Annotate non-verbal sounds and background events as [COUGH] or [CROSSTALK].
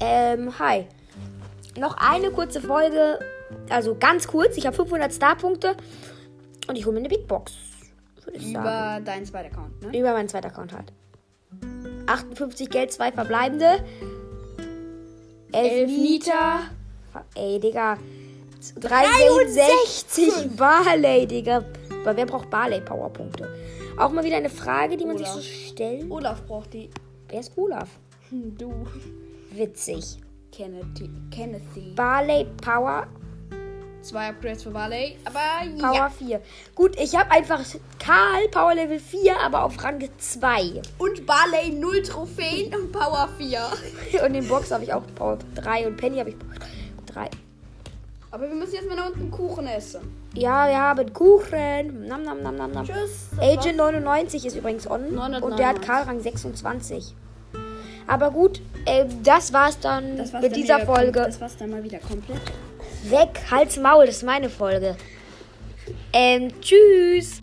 ähm, hi. Noch eine kurze Folge, also ganz kurz. Ich habe 500 Star-Punkte und ich hole mir eine Big Box. würde ich sagen. Über deinen zweiten Account, ne? Über meinen zweiten Account halt. 58 Geld, zwei verbleibende. 11 Liter. Ey, Digga. 63 Barley, Digga. Aber wer braucht Barley-Powerpunkte? Auch mal wieder eine Frage, die man sich so Olaf. stellen. Olaf braucht die. Wer ist Olaf? Hm, [LAUGHS] Du. Witzig. Kennedy. Kennedy. Barley Power, Zwei Upgrades für Barley. Aber Power ja. 4. Gut, ich habe einfach Karl Power Level 4, aber auf Rang 2. Und Barley 0 Trophäen und Power 4. [LAUGHS] Und den Box habe ich auch Power 3 und Penny habe ich Power 3. Aber wir müssen jetzt mal da unten Kuchen essen. Ja, wir haben Kuchen. Nam, nam, nam, nam, nam. Tschüss. Agent 99 ist übrigens on. 999. Und der hat Karl Rang 26. Aber gut, äh, das war's dann Das war's mit dann dieser wieder kom- Folge. Das war's dann mal wieder komplett. Weg, Hals, Maul, das ist meine Folge. Ähm, tschüss.